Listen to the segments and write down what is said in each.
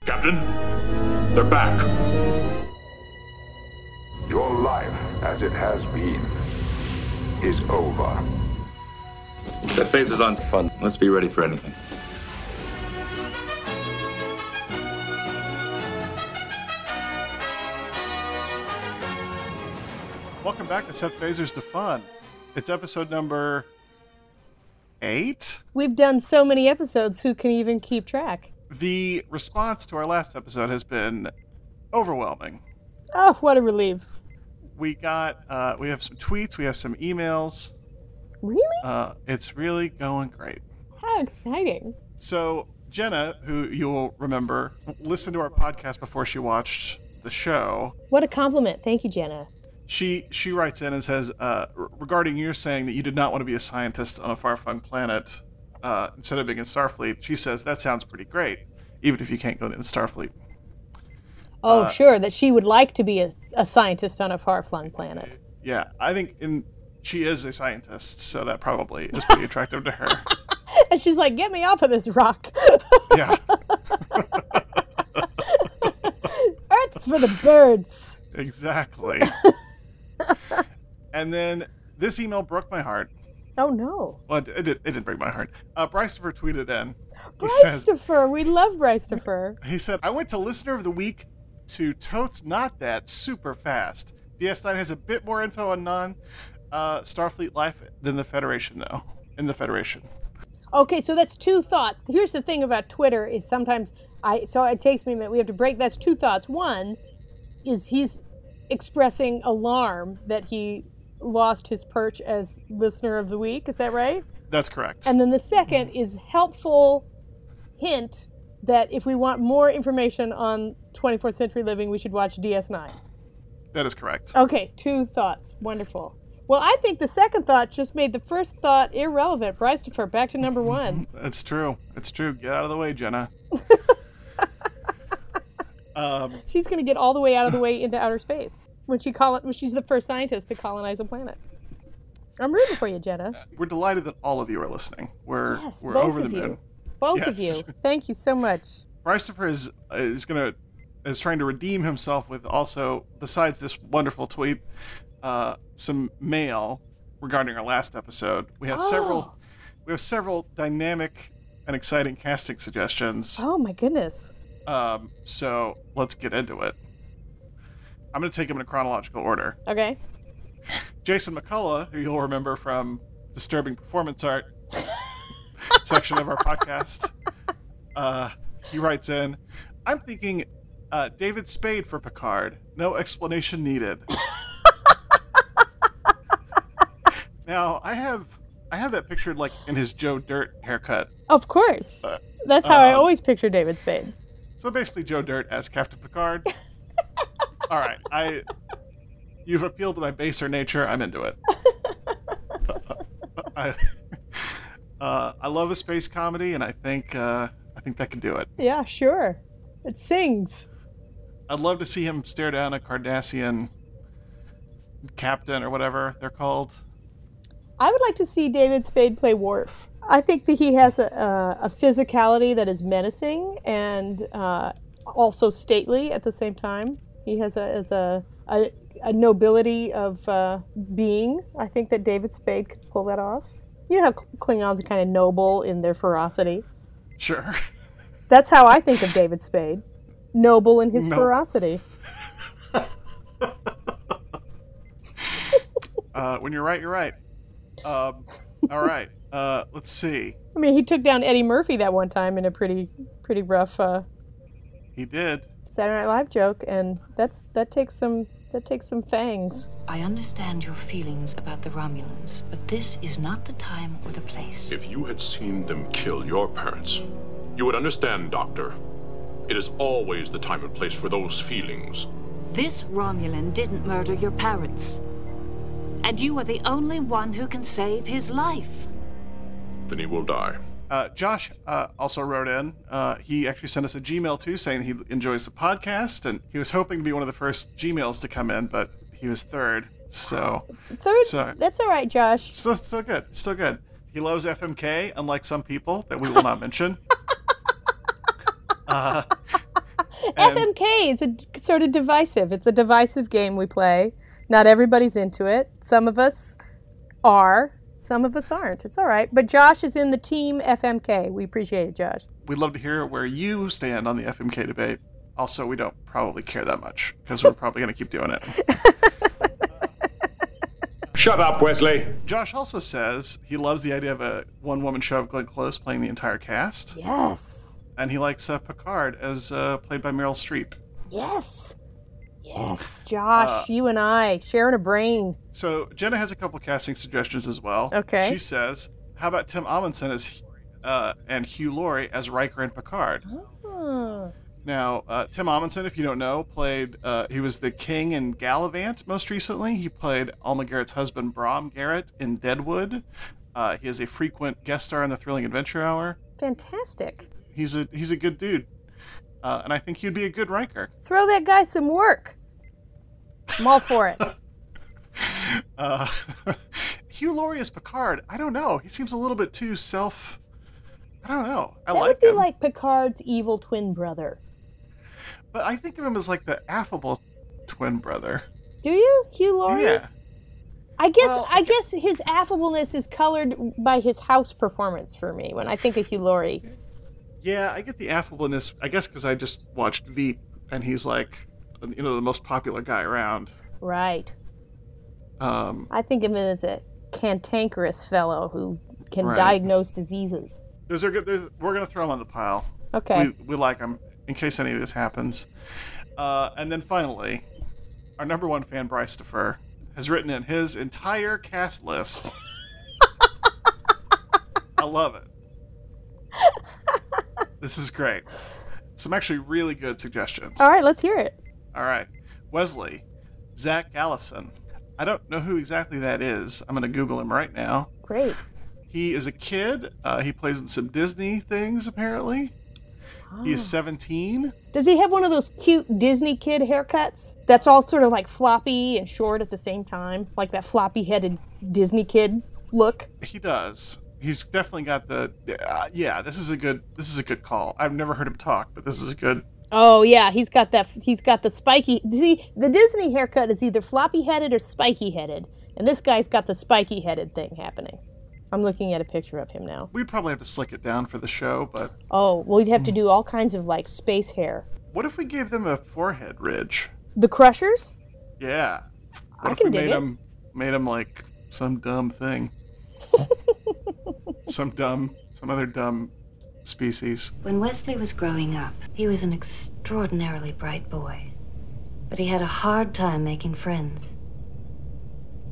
Captain. They're back. Your life, as it has been, is over. That phaser's on fun. Let's be ready for anything. Welcome back to Seth Phaser's to Fun. It's episode number eight. We've done so many episodes, who can even keep track? The response to our last episode has been overwhelming. Oh, what a relief. We got, uh, we have some tweets, we have some emails. Really? Uh, it's really going great. How exciting. So Jenna, who you will remember, listened to our podcast before she watched the show. What a compliment. Thank you, Jenna. She she writes in and says, uh, re- regarding your saying that you did not want to be a scientist on a far-flung planet uh, instead of being in Starfleet, she says that sounds pretty great, even if you can't go in Starfleet. Oh, Uh, sure, that she would like to be a, a scientist on a far flung planet. Yeah, I think in she is a scientist, so that probably is pretty attractive to her. And she's like, get me off of this rock. Yeah, Earth's for the birds. exactly. and then this email broke my heart. Oh, no. Well, it, it, did- it didn't break my heart. Uh, Brystofer tweeted in. He says, Brystofer. We love Brystofer. he said, I went to listener of the week to totes not that super fast. DS9 has a bit more info on non uh, Starfleet life than the Federation, though. In the Federation. Okay, so that's two thoughts. Here's the thing about Twitter is sometimes I so it takes me a minute. We have to break. That's two thoughts. One is he's expressing alarm that he lost his perch as listener of the week. Is that right? That's correct. And then the second is helpful hint that if we want more information on 24th century living, we should watch DS9. that is correct. Okay, two thoughts. Wonderful. Well, I think the second thought just made the first thought irrelevant. Brystofer, back to number one. It's true. It's true. Get out of the way, Jenna. um, She's going to get all the way out of the way into outer space when she call when she's the first scientist to colonize a planet. I'm rooting for you, Jenna. we're delighted that all of you are listening. We're Yes, Uh, we're both over the of you. moon. Both Yes. of you. Thank you so much. Christopher is is gonna is trying to redeem himself with also besides this wonderful tweet, uh, some mail regarding our last episode. We have Oh. several we have several dynamic and exciting casting suggestions. Oh my goodness. Um, so let's get into it. I'm gonna take them in chronological order. Okay. Jason McCullough, who you'll remember from disturbing performance art section of our podcast, uh, he writes in, "I'm thinking uh, David Spade for Picard. No explanation needed." now I have I have that pictured like in his Joe Dirt haircut. Of course. Uh, That's how I um, always picture David Spade. So basically, Joe Dirt as Captain Picard. All right, I you've appealed to my baser nature. I'm into it. I, uh, I love a space comedy, and I think uh, I think that can do it. Yeah, sure. It sings. I'd love to see him stare down a Cardassian captain or whatever they're called. I would like to see David Spade play Worf. I think that he has a, a, a physicality that is menacing and uh, also stately at the same time. He has a, as a, a, a nobility of uh, being. I think that David Spade could pull that off. You know how Klingons are kind of noble in their ferocity. Sure. That's how I think of David Spade. Noble in his No. ferocity. Uh, when you're right, you're right. Um, all right. Uh, let's see. I mean, he took down Eddie Murphy that one time in a pretty pretty rough uh, He did. Saturday Night Live joke, and that's that takes some that takes some fangs. I understand your feelings about the Romulans, but this is not the time or the place. If you had seen them kill your parents, you would understand, Doctor. It is always the time and place for those feelings. This Romulan didn't murder your parents. And you are the only one who can save his life. Then he will die. Uh, Josh uh, also wrote in. Uh, he actually sent us a Gmail too, saying he enjoys the podcast, and he was hoping to be one of the first Gmails to come in, but he was third. So, Third, Sorry. that's all right, Josh. so so good, still good. He loves FMK, unlike some people that we will not mention. And- FMK is a d- sort of divisive. It's a divisive game we play. Not everybody's into it. Some of us are, some of us aren't. It's all right. But Josh is in the team FMK. We appreciate it, Josh. We'd love to hear where you stand on the FMK debate. Also, we don't probably care that much because we're probably going to keep doing it. Shut up, Wesley. Josh also says he loves the idea of a one woman show of Glenn Close playing the entire cast, Yes. and he likes uh, Picard as uh, played by Meryl Streep. Yes. Yes. Josh, Uh, you and I sharing a brain. So Jenna has a couple casting suggestions as well. Okay. She says, "How about Tim Amundsen as uh, and Hugh Laurie as Riker and Picard?" Hmm. Now, uh, Tim Amundsen, if you don't know, played uh, he was the king in Gallivant most recently. He played Alma Garrett's husband, Brom Garrett, in Deadwood. Uh, he is a frequent guest star on the Thrilling Adventure Hour. Fantastic. He's a he's a good dude, uh, and I think he'd be a good Riker. Throw that guy some work. I'm all for it. Uh, Hugh Laurie as Picard. I don't know. He seems a little bit too self. I don't know. I that like would be him, like Picard's evil twin brother. but I think of him as like the affable twin brother. Do you, Hugh Laurie? Yeah. I guess Well, I guess his affableness is colored by his house performance for me when I think of Hugh Laurie. Yeah, I get the affableness. I guess because I just watched Veep, and he's like, you know, the most popular guy around. Right. Um, I think of him as a cantankerous fellow who can Right. diagnose diseases. there's a, good- there's, we're gonna throw him on the pile. Okay. We, we like him in case any of this happens. Uh, and then finally, our number one fan Bryce Defer has written in his entire cast list. I love it. This is great. Some actually really good suggestions. All right, let's hear it. All right. Wesley, Zach Allison. I don't know who exactly that is. I'm going to Google him right now. Great. He is a kid. Uh, he plays in some Disney things, apparently. He Ah. is 17. Does he have one of those cute Disney kid haircuts that's all sort of like floppy and short at the same time, like that floppy-headed Disney kid look? He does. He's definitely got the uh, yeah. This is a good. This is a good call. I've never heard him talk, but this is a good. Oh yeah, he's got that. He's got the spiky. See, the Disney haircut is either floppy-headed or spiky-headed, and this guy's got the spiky-headed thing happening. I'm looking at a picture of him now. We'd probably have to slick it down for the show, but Oh, well, you'd have to do all kinds of like space hair. what if we gave them a forehead ridge? The Crushers? Yeah. What I if can we dig made it. him made him like some dumb thing? some dumb, some other dumb species. When Wesley was growing up, he was an extraordinarily bright boy. But he had a hard time making friends.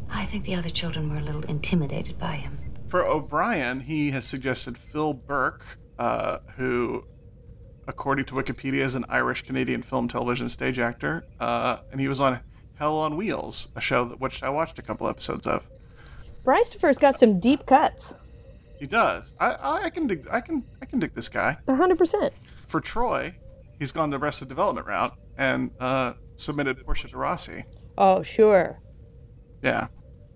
I think the other children were a little intimidated by him. For O'Brien, he has suggested Phil Burke, uh, who, according to Wikipedia, is an Irish Canadian film, television, stage actor, uh, and he was on Hell on Wheels, a show that which I watched a couple episodes of. Brystofer's got some deep cuts. He does. I, I, I can dig. I can. I can dig this guy. 100%. For Troy, he's gone the rest of development route and uh, submitted Portia de Rossi. Oh, sure. Yeah.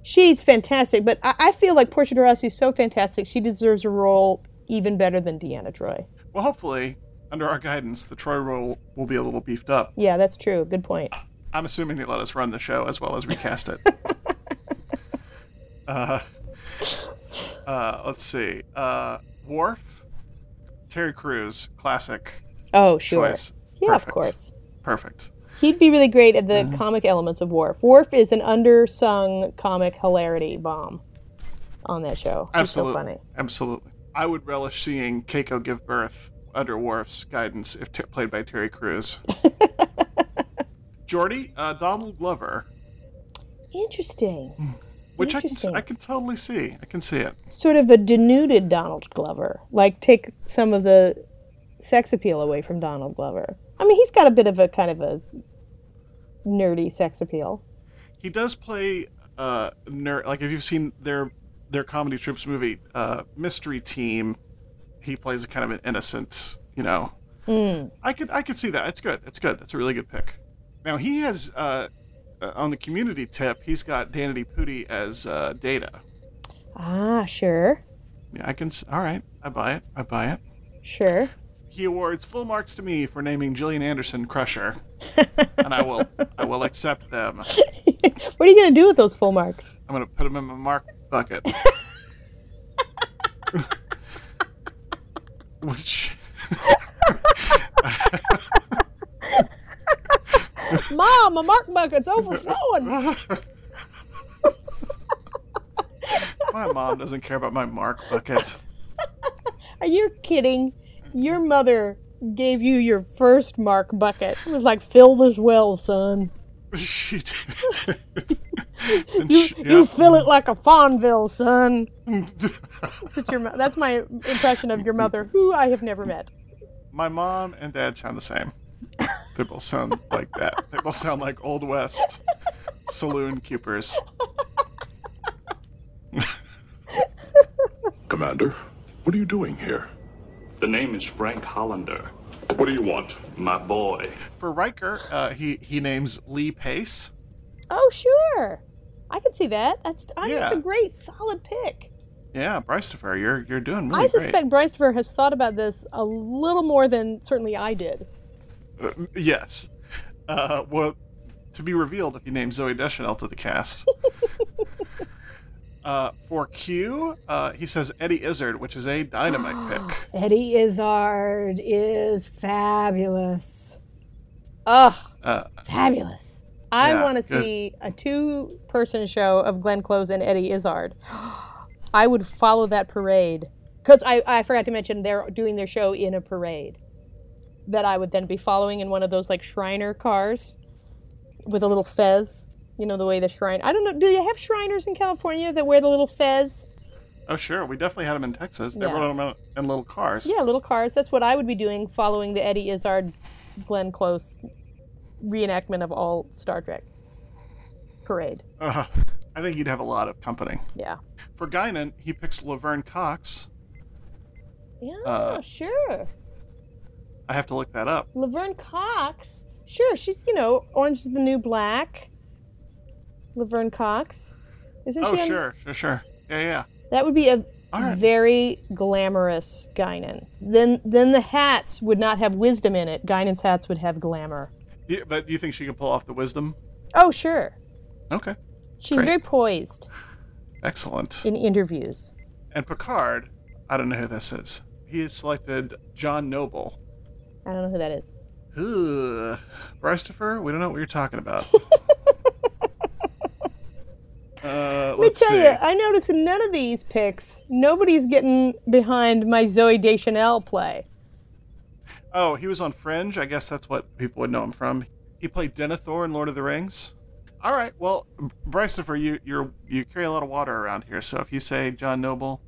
She's fantastic, but I, I feel like Portia de Rossi is so fantastic, she deserves a role even better than Deanna Troy. Well, hopefully, under our guidance, the Troy role will be a little beefed up. Yeah, that's true. Good point. I'm assuming they let us run the show as well as recast it. uh, uh, let's see. Uh, Worf, Terry Crews, classic Oh, sure. choice. Yeah, Perfect. of course. Perfect. He'd be really great at the comic elements of Worf. Worf is an undersung comic hilarity bomb on that show. He's Absolutely. so funny. Absolutely. I would relish seeing Keiko give birth under Worf's guidance if t- played by Terry Crews. Jordy, uh, Donald Glover, Interesting. which I can, s- Interesting. I can totally see. I can see it. Sort of a denuded Donald Glover. Like, take some of the sex appeal away from Donald Glover. I mean, he's got a bit of a kind of a nerdy sex appeal. he does play uh nerd like if you've seen their their comedy troops movie uh mystery team he plays a kind of an innocent you know i could i could see that it's good it's good it's a really good pick now he has uh uh, on the community tip he's got danity pooty as uh data Ah, sure. yeah i can s- all right i buy it i buy it Sure. he awards full marks to me for naming Gillian Anderson Crusher, and I will I will accept them. What are you going to do with those full marks? I'm gonna put them in my mark bucket, which Mom, my mark bucket's overflowing. my mom doesn't care about my mark bucket. Are you kidding? Your mother gave you your first mark bucket. It was like, fill this well, son. she did. And You, she- you yeah. fill it like a Fonville, son. That's, what your, mo- that's my impression of your mother, who I have never met. my mom and dad sound the same. They both sound like that. They both sound like old west saloon keepers. Commander, what are you doing here? The name is Frank Hollander. What do you want? My boy. For Riker, uh, he he names Lee Pace. Oh, sure. I can see that. That's I mean, it's a Yeah. great, solid pick. Yeah, Brystofer, you're you're doing really I great. suspect Brystover has thought about this a little more than certainly I did. Yes. Uh, well, to be revealed if you name Zoe Deschanel to the cast. uh, for Q, uh, he says Eddie Izzard, which is a dynamite pick. Eddie Izzard is fabulous. Ugh, Uh, fabulous. I Yeah, want to good. see a two person show of Glenn Close and Eddie Izzard. I would follow that parade. Because I, I forgot to mention they're doing their show in a parade that I would then be following in one of those like Shriner cars with a little fez. You know, the way the shrine. I don't know. Do you have Shriners in California that wear the little fez? oh, sure. We definitely had him in Texas. They Yeah. rode him out in little cars. Yeah, little cars. That's what I would be doing following the Eddie Izzard, Glenn Close reenactment of all Star Trek parade. Uh, I think you'd have a lot of company. Yeah. For Guinan, he picks Laverne Cox. Yeah, Uh, sure. I have to look that up. Laverne Cox. Sure, she's, you know, Orange is the New Black. Laverne Cox. Isn't Oh, she? on- sure, sure, sure. Yeah, yeah. That would be a All right. very glamorous Guinan. Then then the hats would not have wisdom in it. Guinan's hats would have glamour. Yeah, But do you think she can pull off the wisdom? Oh, sure. Okay, She's Great. very poised excellent. in interviews. And Picard, I don't know who this is. He has selected John Noble. I don't know who that is. Ugh. Christopher, we don't know what you're talking about. uh, Let me let's tell see. you, I noticed in none of these picks, nobody's getting behind my Zoe Deschanel play. Oh, he was on Fringe. I guess that's what people would know him from. He played Denethor in Lord of the Rings. All right. Well, Brystofer, you you're you carry a lot of water around here. So if you say John Noble,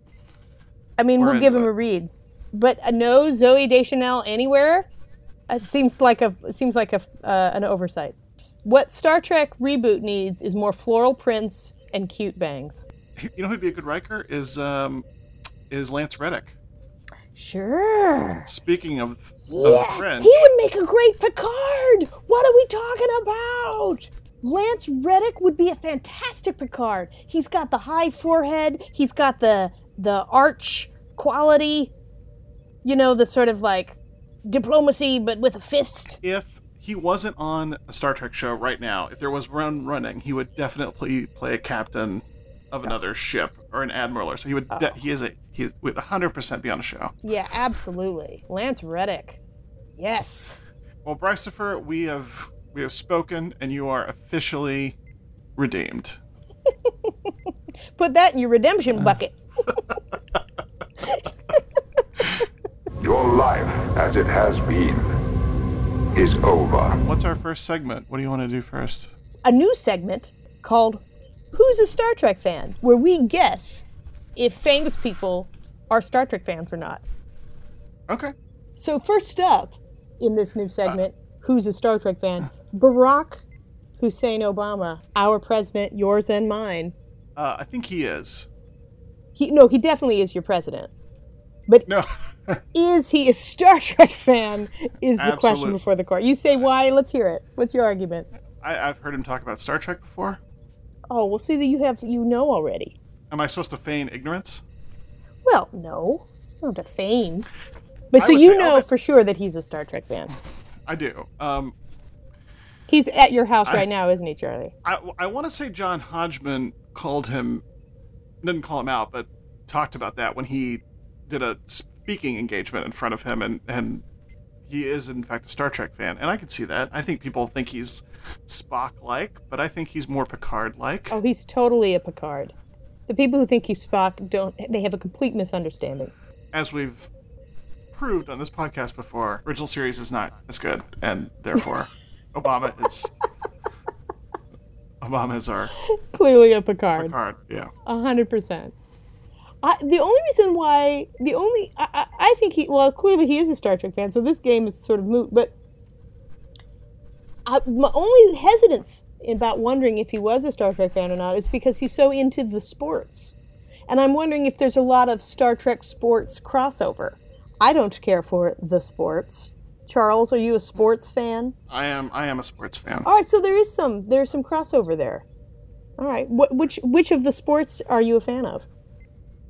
I mean, We're we'll into give him it. a read, but uh, no Zoe Deschanel anywhere. It seems like a it seems like a uh, an oversight. What Star Trek reboot needs is more floral prints and cute bangs. you know who'd be a good Riker is um is Lance Reddick. Sure. Speaking of, of Yes, Fringe, he would make a great Picard. What are we talking about? Lance Reddick would be a fantastic Picard. He's got the high forehead. He's got the the arch quality. You know, the sort of like diplomacy, but with a fist. if he wasn't on a Star Trek show right now, if there was one running, he would definitely play a captain of another ship or an admiral or so. He would. De- he is a. He would 100% be on a show. Yeah, absolutely. Lance Reddick. Yes. Well, Brystofer, we have we have spoken, and you are officially redeemed. Put that in your redemption bucket. Your life, as it has been, is over. What's our first segment? What do you want to do first? A new segment called Who's a Star Trek Fan? where we guess if famous people are Star Trek fans or not. Okay. So first up in this new segment, who's a Star Trek fan? Barack Hussein Obama, our president, yours and mine. Uh, I think he is. He no, he definitely is your president. But No. is he a Star Trek fan? Is the question Absolute. before the court. You say why? Let's hear it. What's your argument? I, I've heard him talk about Star Trek before. Oh, we'll see that you have you know already. Am I supposed to feign ignorance? Well, no, I don't have to feign. But I so would you say- know okay. for sure that he's a Star Trek fan. I do. Um, He's at your house right now, isn't he, Charlie? I, I want to say John Hodgman called him, didn't call him out, but talked about that when he did a speaking engagement in front of him, and and he is in fact a Star Trek fan, and I can see that. I think people think he's Spock like, but I think he's more Picard like. Oh, he's totally a Picard. The people who think he's Spock don't. They have a complete misunderstanding. As we've proved on this podcast before, original series is not as good, and therefore Obama is Obama is our Clearly a Picard. card. Yeah. A hundred percent. I, the only reason why the only I, I, I think he well clearly he is a Star Trek fan, so this game is sort of moot. But I, my only hesitance about wondering if he was a Star Trek fan or not is because he's so into the sports, and I'm wondering if there's a lot of Star Trek sports crossover. I don't care for the sports. Charles, are you a sports fan? I am I am a sports fan. All right, so there is some there's some crossover there. All right, what, which which of the sports are you a fan of?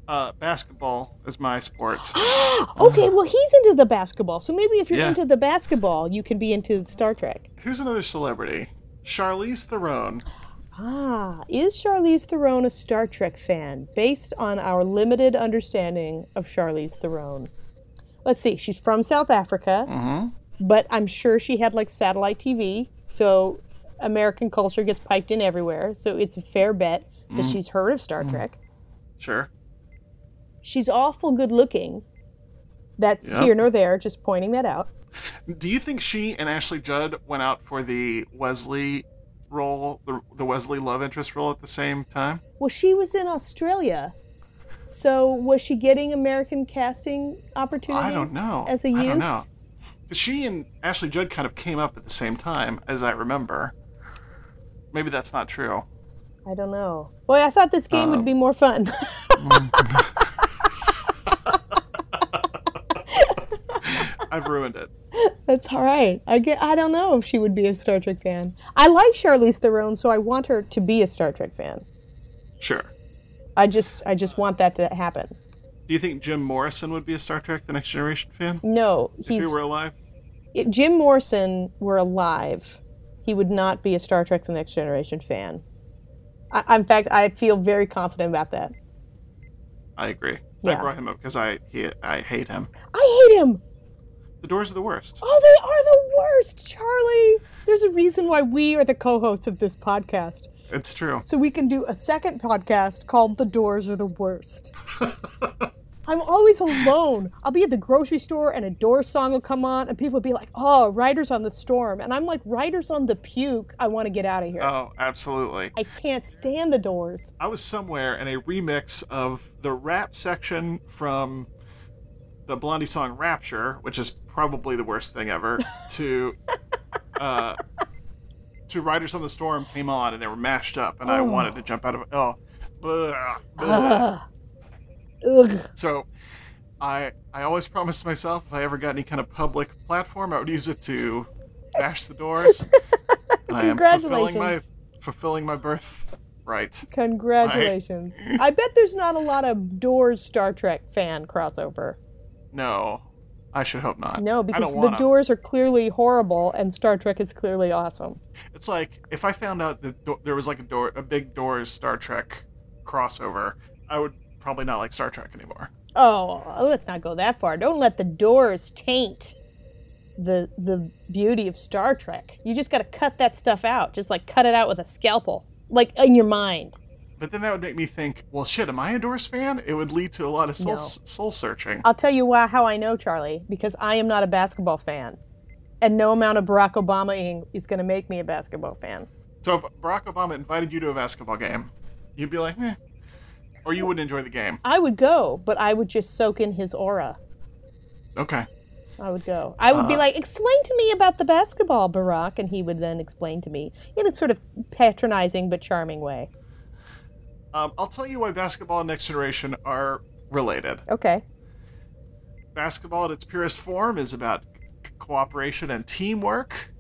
Uh, basketball is my sport. Okay, well, he's into the basketball, so maybe if you're Yeah. into the basketball, you can be into Star Trek. Who's another celebrity? Charlize Theron. Ah, is Charlize Theron a Star Trek fan based on our limited understanding of Charlize Theron? Let's see, she's from South Africa, but I'm sure she had like satellite TV, so American culture gets piped in everywhere, so it's a fair bet that she's heard of Star Trek. Sure. She's awful good looking. That's Yeah. here nor there, just pointing that out. Do you think she and Ashley Judd went out for the Wesley role, the, the Wesley love interest role at the same time? Well, she was in Australia. So was she getting American casting opportunities? I don't know. As a youth, I don't know. 'Cause She and Ashley Judd kind of came up at the same time, as I remember. Maybe that's not true. I don't know. Boy, I thought this game would be more fun. I've ruined it. That's all right. I get. I don't know if she would be a Star Trek fan. I like Charlize Theron, so I want her to be a Star Trek fan. Sure. I just, I just want that to happen. Do you think Jim Morrison would be a Star Trek: The Next Generation fan No, if he he's were alive? if Jim Morrison were alive, he would not be a Star Trek: The Next Generation fan. I, in fact, I feel very confident about that. I agree. I Yeah. brought him up because I he, I hate him. I hate him. The Doors are the worst. Oh, they are the worst, Charlie. There's a reason why we are the co-hosts of this podcast. It's true. So we can do a second podcast called The Doors Are the Worst. I'm always alone. I'll be at the grocery store and a Doors song will come on and people will be like, "Oh, Riders on the Storm." And I'm like, "Riders on the Puke. I want to get out of here. Oh, absolutely. I can't stand the Doors." I was somewhere and a remix of the rap section from the Blondie song Rapture, which is probably the worst thing ever, to uh, to Riders on the Storm came on and they were mashed up and I wanted to jump out of oh blah, blah. Ugh. so I I always promised myself if I ever got any kind of public platform I would use it to bash the doors. And I am fulfilling my Congratulations. fulfilling my birthright. Congratulations. I bet there's not a lot of Doors Star Trek fan crossover. No, I should hope not. No, I because don't the wanna. doors are clearly horrible and Star Trek is clearly awesome. It's like if I found out that do- there was like a door, a big Doors Star Trek crossover, I would probably not like Star Trek anymore. Oh, let's not go that far. Don't let the doors taint the the beauty of Star Trek. You just got to cut that stuff out. Just like cut it out with a scalpel, like in your mind. But then that would make me think, well, shit, am I a Doors fan? It would lead to a lot of soul No. soul searching. I'll tell you why how I know Charlie because I am not a basketball fan, and no amount of Barack Obama is going to make me a basketball fan. So if Barack Obama invited you to a basketball game, you'd be like, eh. or you wouldn't enjoy the game. I would go, but I would just soak in his aura. Okay, I would go. I would be like, explain to me about the basketball, Barack, and he would then explain to me in a sort of patronizing but charming way. um, I'll tell you why basketball and Next Generation are related. Okay. basketball at its purest form is about c- cooperation and teamwork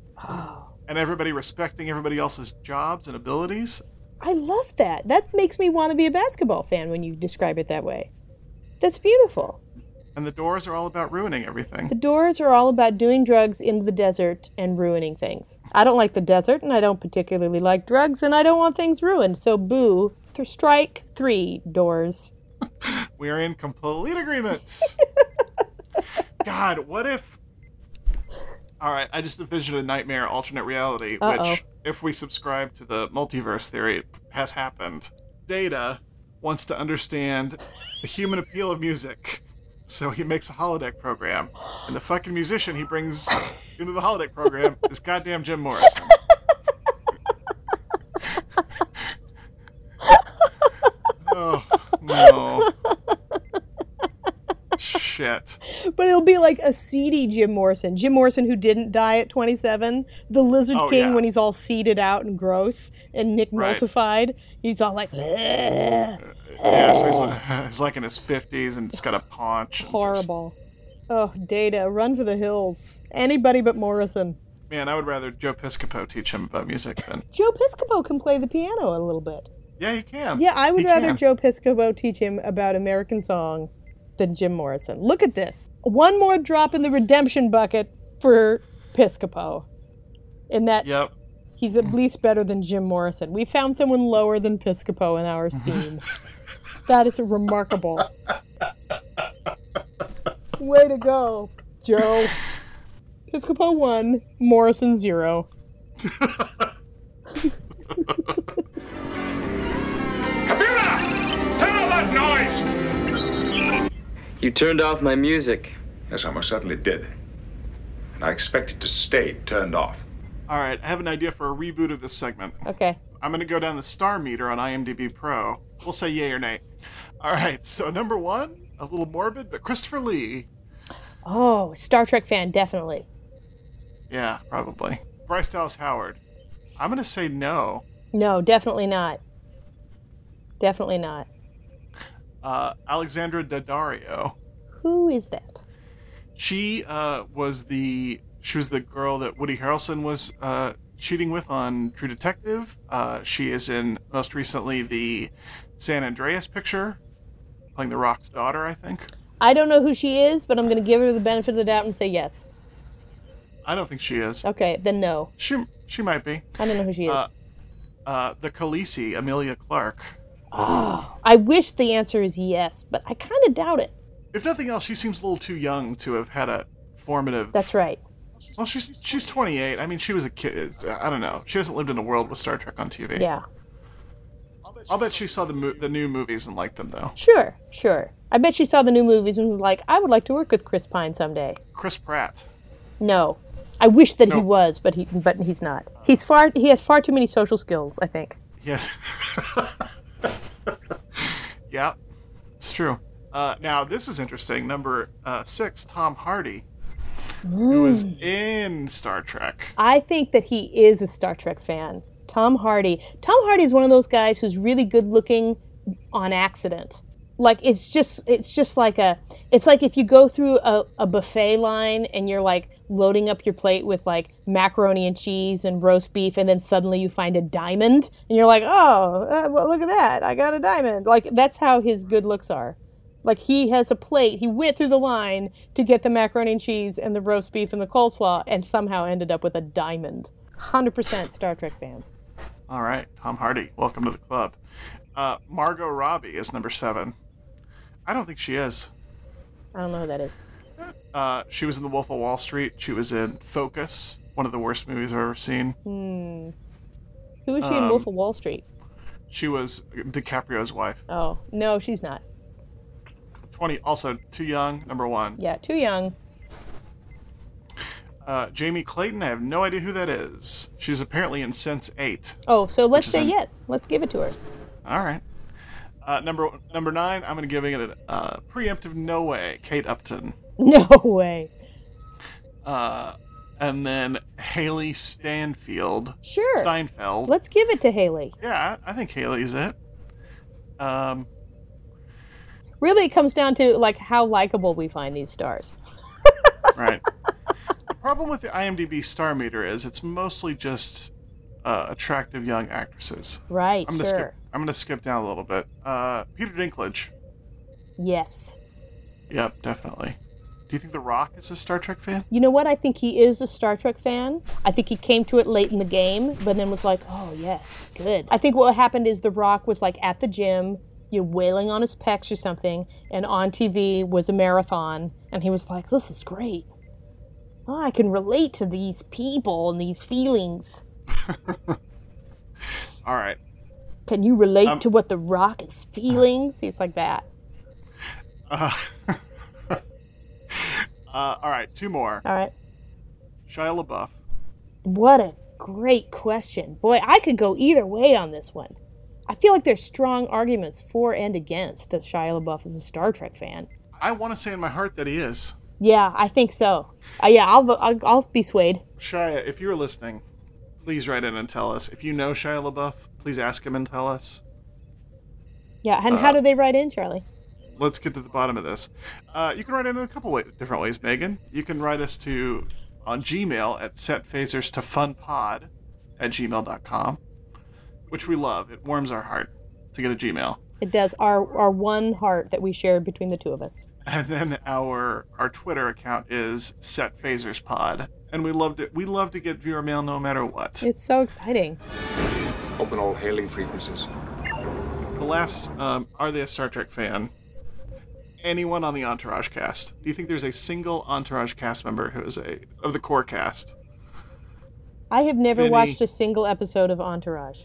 and everybody respecting everybody else's jobs and abilities I love that. That makes me want to be a basketball fan when you describe it that way. That's beautiful. And the doors are all about ruining everything. The doors are all about doing drugs in the desert and ruining things. I don't like the desert, and I don't particularly like drugs, and I don't want things ruined. So, boo. Th- strike three doors. We're in complete agreement. God, what if? All right, I just envisioned a nightmare alternate reality, Uh-oh. which, if we subscribe to the multiverse theory, has happened. Data wants to understand the human appeal of music, so he makes a holodeck program, and the fucking musician he brings into the holodeck program is goddamn Jim Morrison. oh no! Shit. But it'll be like a seedy Jim Morrison. Jim Morrison who didn't die at 27. The Lizard Oh, King yeah. when he's all seeded out and gross and Nick Right. Multified. He's all like, "Ugh, Yeah, so he's like, he's like in his fifties and just got a paunch. and just- horrible. Oh, Data, run for the hills. Anybody but Morrison. man, I would rather Joe Piscopo teach him about music than. Joe Piscopo can play the piano a little bit. Yeah, he can. Yeah, I would He rather can. Joe Piscopo teach him about American song than Jim Morrison. Look at this. One more drop in the redemption bucket for Piscopo. In that Yep. he's at least better than Jim Morrison. We found someone lower than Piscopo in our esteem. that is remarkable. Way to go, Joe. Piscopo one, Morrison zero. Turn off that noise! You turned off my music. Yes, I most certainly did. And I expect it to stay turned off. All right, I have an idea for a reboot of this segment. Okay. I'm going to go down the star meter on IMDb Pro. We'll say yay or nay. All right, so number one, a little morbid, but Christopher Lee. Oh, Star Trek fan, definitely. Yeah, probably. Bryce Dallas Howard. I'm going to say no. No, definitely not. Definitely not. Uh, Alexandra Daddario. Who is that? She uh, was the she was the girl that Woody Harrelson was uh, cheating with on True Detective. Uh, she is in most recently the San Andreas picture, playing the Rock's daughter, I think. I don't know who she is, but I'm going to give her the benefit of the doubt and say yes. I don't think she is. Okay, then no. She she might be. I don't know who she is. Uh, Uh, the Khaleesi, Amelia Clark. I wish the answer is yes, but I kind of doubt it. If nothing else, she seems a little too young to have had a formative. That's right. Well, she's she's 28. I mean, she was a kid. uh, I don't know. She hasn't lived in a world with Star Trek on TV. Yeah. I'll bet she saw the mo- the new movies and liked them though. Sure, sure. I bet she saw the new movies and was like, I would like to work with Chris Pine someday. Chris Pratt. No. I wish that No. he was, but he but he's not. He's far he has far too many social skills, I think. Yes. yeah, it's true. Uh, now this is interesting. Number uh, six, Tom Hardy, who is in Star Trek. I think that he is a Star Trek fan. Tom Hardy. Tom Hardy is one of those guys who's really good looking on accident. Like it's just it's just like a it's like if you go through a, a buffet line and you're like loading up your plate with like macaroni and cheese and roast beef and then suddenly you find a diamond and you're like oh uh, well look at that I got a diamond like that's how his good looks are like he has a plate. He went through the line to get the macaroni and cheese and the roast beef and the coleslaw and somehow ended up with a diamond. 100% Star Trek fan. All right, Tom Hardy, welcome to the club. Uh, Margot Robbie is number seven. I don't think she is. I don't know who that is. Uh, she was in The Wolf of Wall Street. She was in Focus, one of the worst movies I've ever seen. Who is she Um, in Wolf of Wall Street? She was DiCaprio's wife. Oh, no, she's not. Twenty, also too young. Number one. Yeah, too young. Uh, Jamie Clayton, I have no idea who that is. She's apparently in Sense Eight. Oh, so let's is say in- yes. Let's give it to her. All right. Uh, number number nine, I'm going to give it a uh, preemptive no way, Kate Upton, No way. and then Haley Stanfield. Sure. Steinfeld. Let's give it to Haley. yeah, I I think Haley's it. Um, Really, it comes down to like how likable we find these stars. right. the problem with the IMDb star meter is it's mostly just uh, attractive young actresses. Right, I'm gonna skip. sure. I'm gonna skip down a little bit. Uh, Peter Dinklage. Yes. Yep, definitely. Do you think The Rock is a Star Trek fan? You know what? I think he is a Star Trek fan. I think he came to it late in the game, but then was like, oh, yes, good. I think what happened is The Rock was like at the gym, you know, wailing on his pecs or something, and on TV was a marathon, and he was like, this is great. Oh, I can relate to these people and these feelings. All right. Can you relate to what The Rock is feeling? He's like that. Uh, uh, all right, two more. All right. Shia LaBeouf. What a great question. Boy, I could go either way on this one. I feel like there's strong arguments for and against that Shia LaBeouf is a Star Trek fan. I want to say in my heart that he is. Yeah, I think so. Uh, yeah, I'll, vo- I'll I'll be swayed. Shia, if you're listening, please write in and tell us. If you know Shia LaBeouf, please ask him and tell us. Yeah, and how do they write in, Charlie? Let's get to the bottom of this. Uh, you can write in in a couple wa different ways, Megan. You can write us to on Gmail at setphasers2funpod at gmail.com, which we love. It warms our heart to get a Gmail. It does our our one heart that we shared between the two of us. and then our our Twitter account is Set Phasers Pod, and we loved it. We love to get viewer mail no matter what. It's so exciting. Open all hailing frequencies. The last, um, are they a Star Trek fan? Anyone on the Entourage cast? Do you think there's a single Entourage cast member who is a of the core cast? I have never Vinny. watched a single episode of Entourage.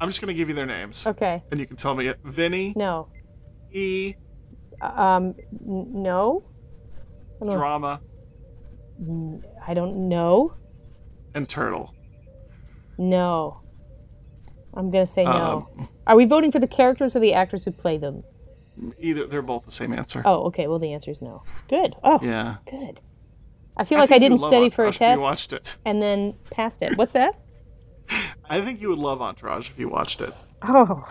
I'm just gonna give you their names, Okay. and you can tell me it. Vinny, No. E, Um. n- No. I don't- Drama, N- I don't know. and Turtle. No. I'm gonna say no. Um, Are we voting for the characters or the actors who play them? Either they're both the same answer. Oh, okay. Well, the answer is no. Good. Oh, Yeah. good. I feel I like I, think you didn't love study for a Entourage if you test watched it. and then passed it. What's that? I think you would love Entourage if you watched it. Oh,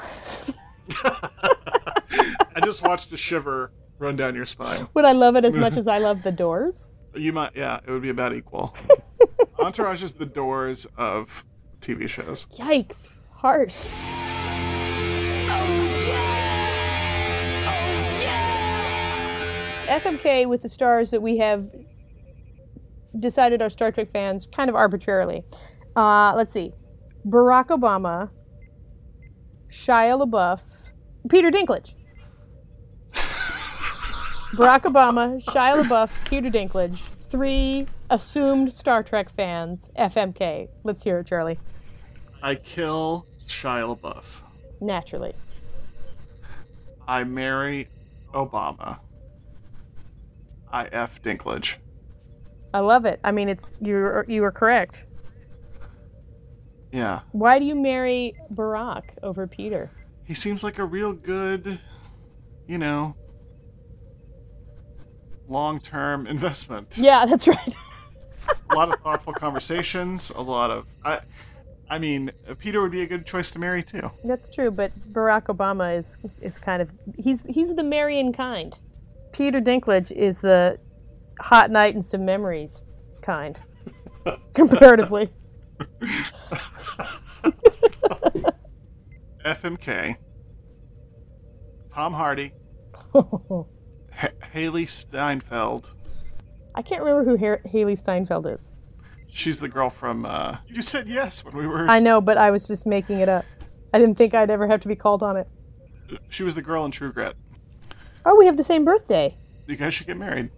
I just watched a shiver run down your spine. would I love it as much as I love The Doors? You might, yeah, it would be about equal. Entourage is the doors of TV shows. Yikes! Harsh. FMK with the stars that we have decided are Star Trek fans kind of arbitrarily. Uh, let's see. Barack Obama, Shia LaBeouf, Peter Dinklage. Barack Obama, Shia LaBeouf, Peter Dinklage. Three assumed Star Trek fans, FMK. Let's hear it, Charlie. I kill Shia LaBeouf. Naturally. I marry Obama. I F Dinklage. I love it. I mean, it's you. You were correct. Yeah. Why do you marry Barack over Peter? He seems like a real good, you know, long term investment. Yeah, that's right. a lot of thoughtful conversations. A lot of I, I mean, Peter would be a good choice to marry too. That's true. But Barack Obama is is kind of he's he's the marrying kind. Peter Dinklage is the hot night and some memories kind, comparatively. FMK, Tom Hardy, H- Haley Steinfeld. I can't remember who Har- Haley Steinfeld is. She's the girl from. Uh, you said yes when we were. I know, but I was just making it up. I didn't think I'd ever have to be called on it. She was the girl in True Grit. Oh, we have the same birthday. You guys should get married.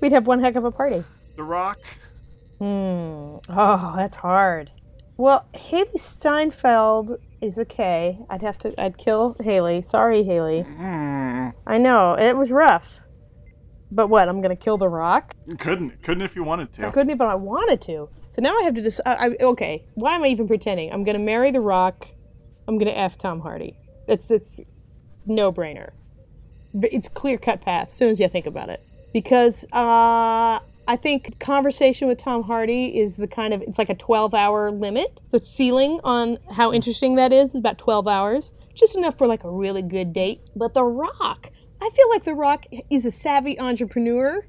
We'd have one heck of a party. The Rock. Hmm. Oh, that's hard. Well, Haley Steinfeld is okay. I'd have to. I'd kill Haley. Sorry, Haley. I know it was rough, but what? I'm gonna kill The Rock. Couldn't couldn't if you wanted to. I couldn't even. I wanted to. So now I have to decide. I, okay, why am I even pretending? I'm gonna marry The Rock. I'm gonna f Tom Hardy. It's it's no brainer. But it's clear cut path. As soon as you think about it, because uh, I think conversation with Tom Hardy is the kind of it's like a 12 hour limit. So ceiling on how interesting that is is about 12 hours, just enough for like a really good date. But The Rock, I feel like The Rock is a savvy entrepreneur.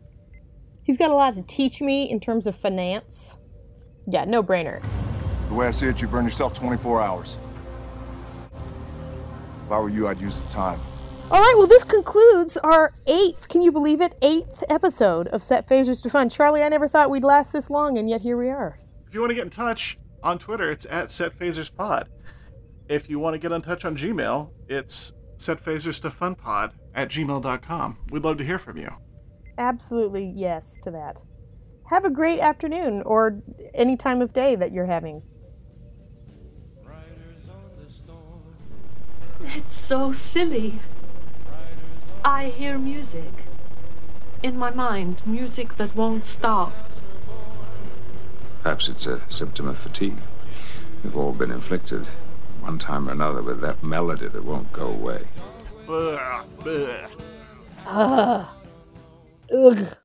He's got a lot to teach me in terms of finance. Yeah, no brainer. The way I see it, you've earned yourself 24 hours. If I were you, I'd use the time. All right, well, this concludes our eighth, can you believe it, eighth episode of Set Phasers to Fun. Charlie, I never thought we'd last this long, and yet here we are. If you want to get in touch on Twitter, it's at SetPhasersPod. If you want to get in touch on Gmail, it's setphaserstofunpod at gmail.com. We'd love to hear from you. Absolutely yes to that. Have a great afternoon or any time of day that you're having. It's so silly. I hear music. In my mind, music that won't stop. Perhaps it's a symptom of fatigue. We've all been inflicted, one time or another, with that melody that won't go away. Ugh. Ugh.